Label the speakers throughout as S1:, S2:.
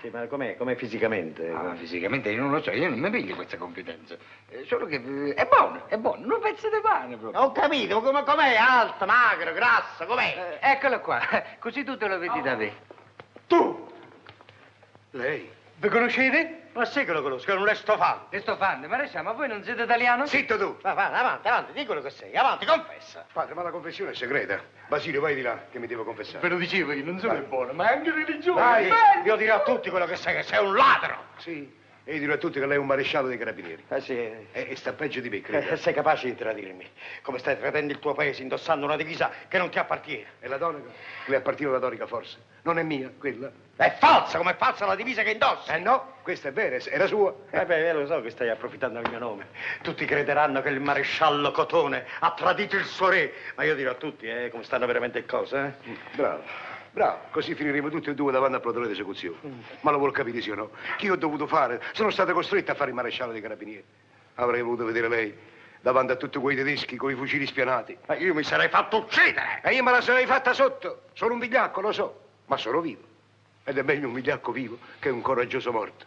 S1: Sì, ma com'è? Com'è fisicamente?
S2: Ah, fisicamente io non lo so, io non mi piglio questa confidenza. Eh, Solo che eh, è buono, è buono, non pezzo di pane proprio.
S1: Ho capito, come- com'è? Alto, magro, grasso, com'è?
S2: Eh, eccolo qua, così tu te lo vedi da me.
S3: Tu!
S2: Lei?
S3: Vi conoscete? Ma sì che lo conosco, è un lestofante.
S2: Te sto fanno, ma adesso, ma voi non siete italiano?
S3: Zitto tu!
S1: Va, va, avanti, avanti, di quello che sei, avanti, confessa.
S3: Padre, ma la confessione è segreta. Basilio, vai di là, che mi devo confessare.
S2: lo dicevo io, non solo è buono, ma è anche religioso.
S3: Vai,
S1: Io dirò a tutti quello che sei, che sei un ladro.
S3: Sì, e io dirò a tutti che lei è un maresciallo dei carabinieri.
S1: Eh sì, eh,
S3: E, e sta peggio di me,
S1: eh,
S3: creda.
S1: sei capace di tradirmi. Come stai tradendo il tuo paese indossando una divisa che non ti appartiene.
S3: E la donica? Le appartiva la donica, forse. Non è mia, quella.
S1: È falsa, come è falsa la divisa che indossi.
S3: Eh no, questa è vera, era sua.
S1: Eh beh, io lo so che stai approfittando del mio nome. Tutti crederanno che il maresciallo Cotone ha tradito il suo re. Ma io dirò a tutti, eh, come stanno veramente le cose, eh.
S3: Bravo, bravo, così finiremo tutti e due davanti al plotone di esecuzione. Ma lo vuol capire, sì o no? Che io ho dovuto fare? Sono stato costretto a fare il maresciallo dei carabinieri. Avrei voluto vedere lei davanti a tutti quei tedeschi con i fucili spianati.
S1: Ma io mi sarei fatto uccidere!
S3: E io me la sarei fatta sotto. Sono un vigliacco, lo so, ma sono vivo. Ed è meglio un vigliacco vivo che un coraggioso morto.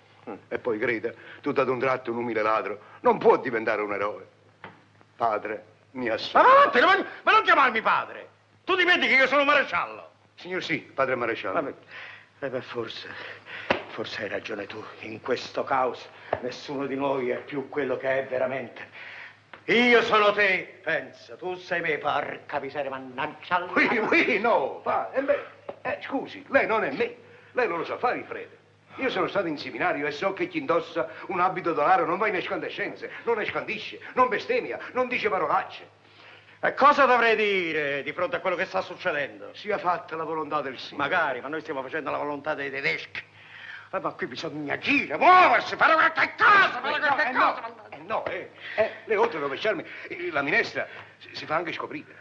S3: E poi, creda, tutto ad un tratto un umile ladro non può diventare un eroe. Padre, mi
S1: Ma
S3: assolvo.
S1: va avanti, non- ma non chiamarmi padre! Tu dimentichi che io sono maresciallo!
S3: Signor sì, padre maresciallo.
S1: Vabbè, eh beh, forse, forse hai ragione tu. In questo caos nessuno di noi è più quello che è veramente. Io sono te, pensa, tu sei me, porca miseria, mannaggia. alla-
S3: Qui, qui, no, va, e beh, eh, scusi, lei non è me, lei non lo sa fare il prete. Io sono stato in seminario e so che chi indossa un abito d'onaro non va in escandescenze, non escandisce, non bestemmia, non dice parolacce.
S1: E eh, cosa dovrei dire di fronte a quello che sta succedendo?
S3: Sia fatta la volontà del Signore.
S1: Magari, ma noi stiamo facendo la volontà dei tedeschi. Eh, ma qui bisogna agire, muoversi, fare qualche cosa, fare qualche
S3: Eh, no,
S1: cosa.
S3: eh, no, eh, eh, lei oltre a rovesciarmi eh, la minestra si, si fa anche scoprire.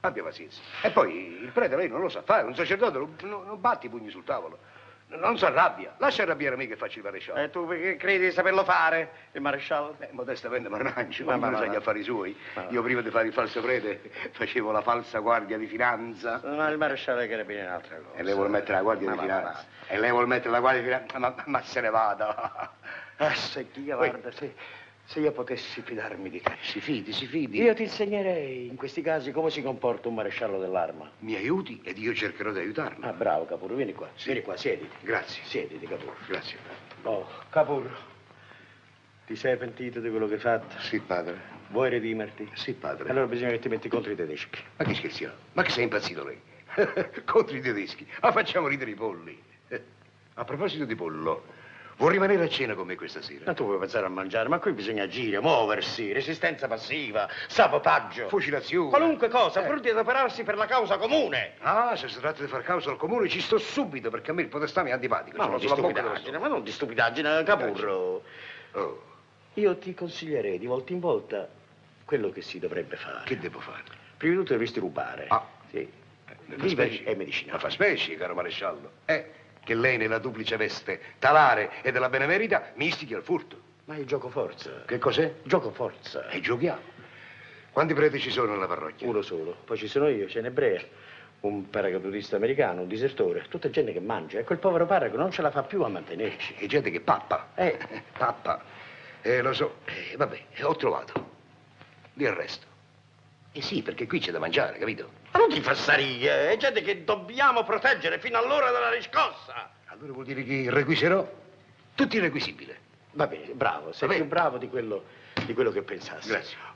S3: Abbia pazienza. E poi il prete lei non lo sa fare, un sacerdote non, non- non batte i pugni sul tavolo, n- non si arrabbia, lascia arrabbiare me che faccio il maresciallo.
S1: E Eh, tu che credi di saperlo fare, il maresciallo?
S3: Eh, modestamente Marnancio,
S1: Ma-
S3: ma
S1: ma-
S3: non sa
S1: ma-
S3: gli affari suoi.
S1: ma-
S3: Io prima di fare il falso prete facevo la falsa guardia di finanza.
S1: Ma il maresciallo dei carabinieri è un'altra cosa.
S3: E lei vuol mettere la guardia
S1: Ma
S3: di
S1: va,
S3: finanza. E lei vuol mettere la guardia di finanza. Ma, ma se ne vada.
S1: va. Eh, se io, guarda, se, se io potessi fidarmi di te.
S3: Si fidi, si fidi.
S1: Io ti insegnerei in questi casi come si comporta un maresciallo dell'arma.
S3: Mi aiuti ed io cercherò di aiutarla.
S1: Ah, bravo, Capur, vieni qua. Vieni qua, siediti.
S3: Grazie.
S1: Siediti, Capur.
S3: Grazie.
S1: Oh, Capur, ti sei pentito di quello che hai fatto?
S3: Sì, padre.
S1: Vuoi redimerti?
S3: Sì, padre.
S1: Allora bisogna che ti metti contro i tedeschi.
S3: Ma che scherziamo? Ma che sei impazzito lei? Contro i tedeschi. Ma facciamo ridere i polli. A proposito di pollo, vuol rimanere a cena con me questa sera?
S1: Ma tu puoi pensare a mangiare, ma qui bisogna agire, muoversi, resistenza passiva, sabotaggio.
S3: Fucilazione.
S1: Qualunque cosa,
S3: Eh.
S1: pronti ad operarsi per la causa comune.
S3: Ah, se si tratta di far causa al comune ci sto subito perché a me il potestà mi è antipatico.
S1: Ma
S3: sono
S1: non di
S3: sulla bocca dello
S1: stupidaggine, ma non di stupidaggine, capurro.
S3: stomaco. Oh,
S1: Io ti consiglierei di volta in volta quello che si dovrebbe fare.
S3: che devo fare?
S1: Prima di tutto dovresti rubare.
S3: Ah.
S1: Sì.
S3: Ne fa
S1: Viveri
S3: specie?
S1: e
S3: Ma
S1: medicinali.
S3: fa specie, caro maresciallo. Eh, che lei nella duplice veste talare e della benemerita mi istichi al furto.
S1: Ma il gioco forza.
S3: Che cos'è?
S1: Gioco forza.
S3: E giochiamo. Quanti preti ci sono nella parrocchia?
S1: Eh, Uno solo. Poi ci sono io, c'è un ebrea, un paracadutista americano, un disertore. Tutta gente che mangia. E quel povero parroco non ce la fa più a mantenerci.
S3: E gente che pappa.
S1: Eh.
S3: Pappa. Eh, lo so. Eh, vabbè, eh, ho trovato. Li arresto. Eh sì, perché qui c'è da mangiare, capito?
S1: Ma non ti fassarie, è gente che dobbiamo proteggere fino all'ora della riscossa.
S3: Allora vuol dire che requiserò tutti i requisibili.
S1: Va bene, bravo, sei
S3: Va
S1: più
S3: bene.
S1: bravo di quello, di quello che pensassi.
S3: Grazie.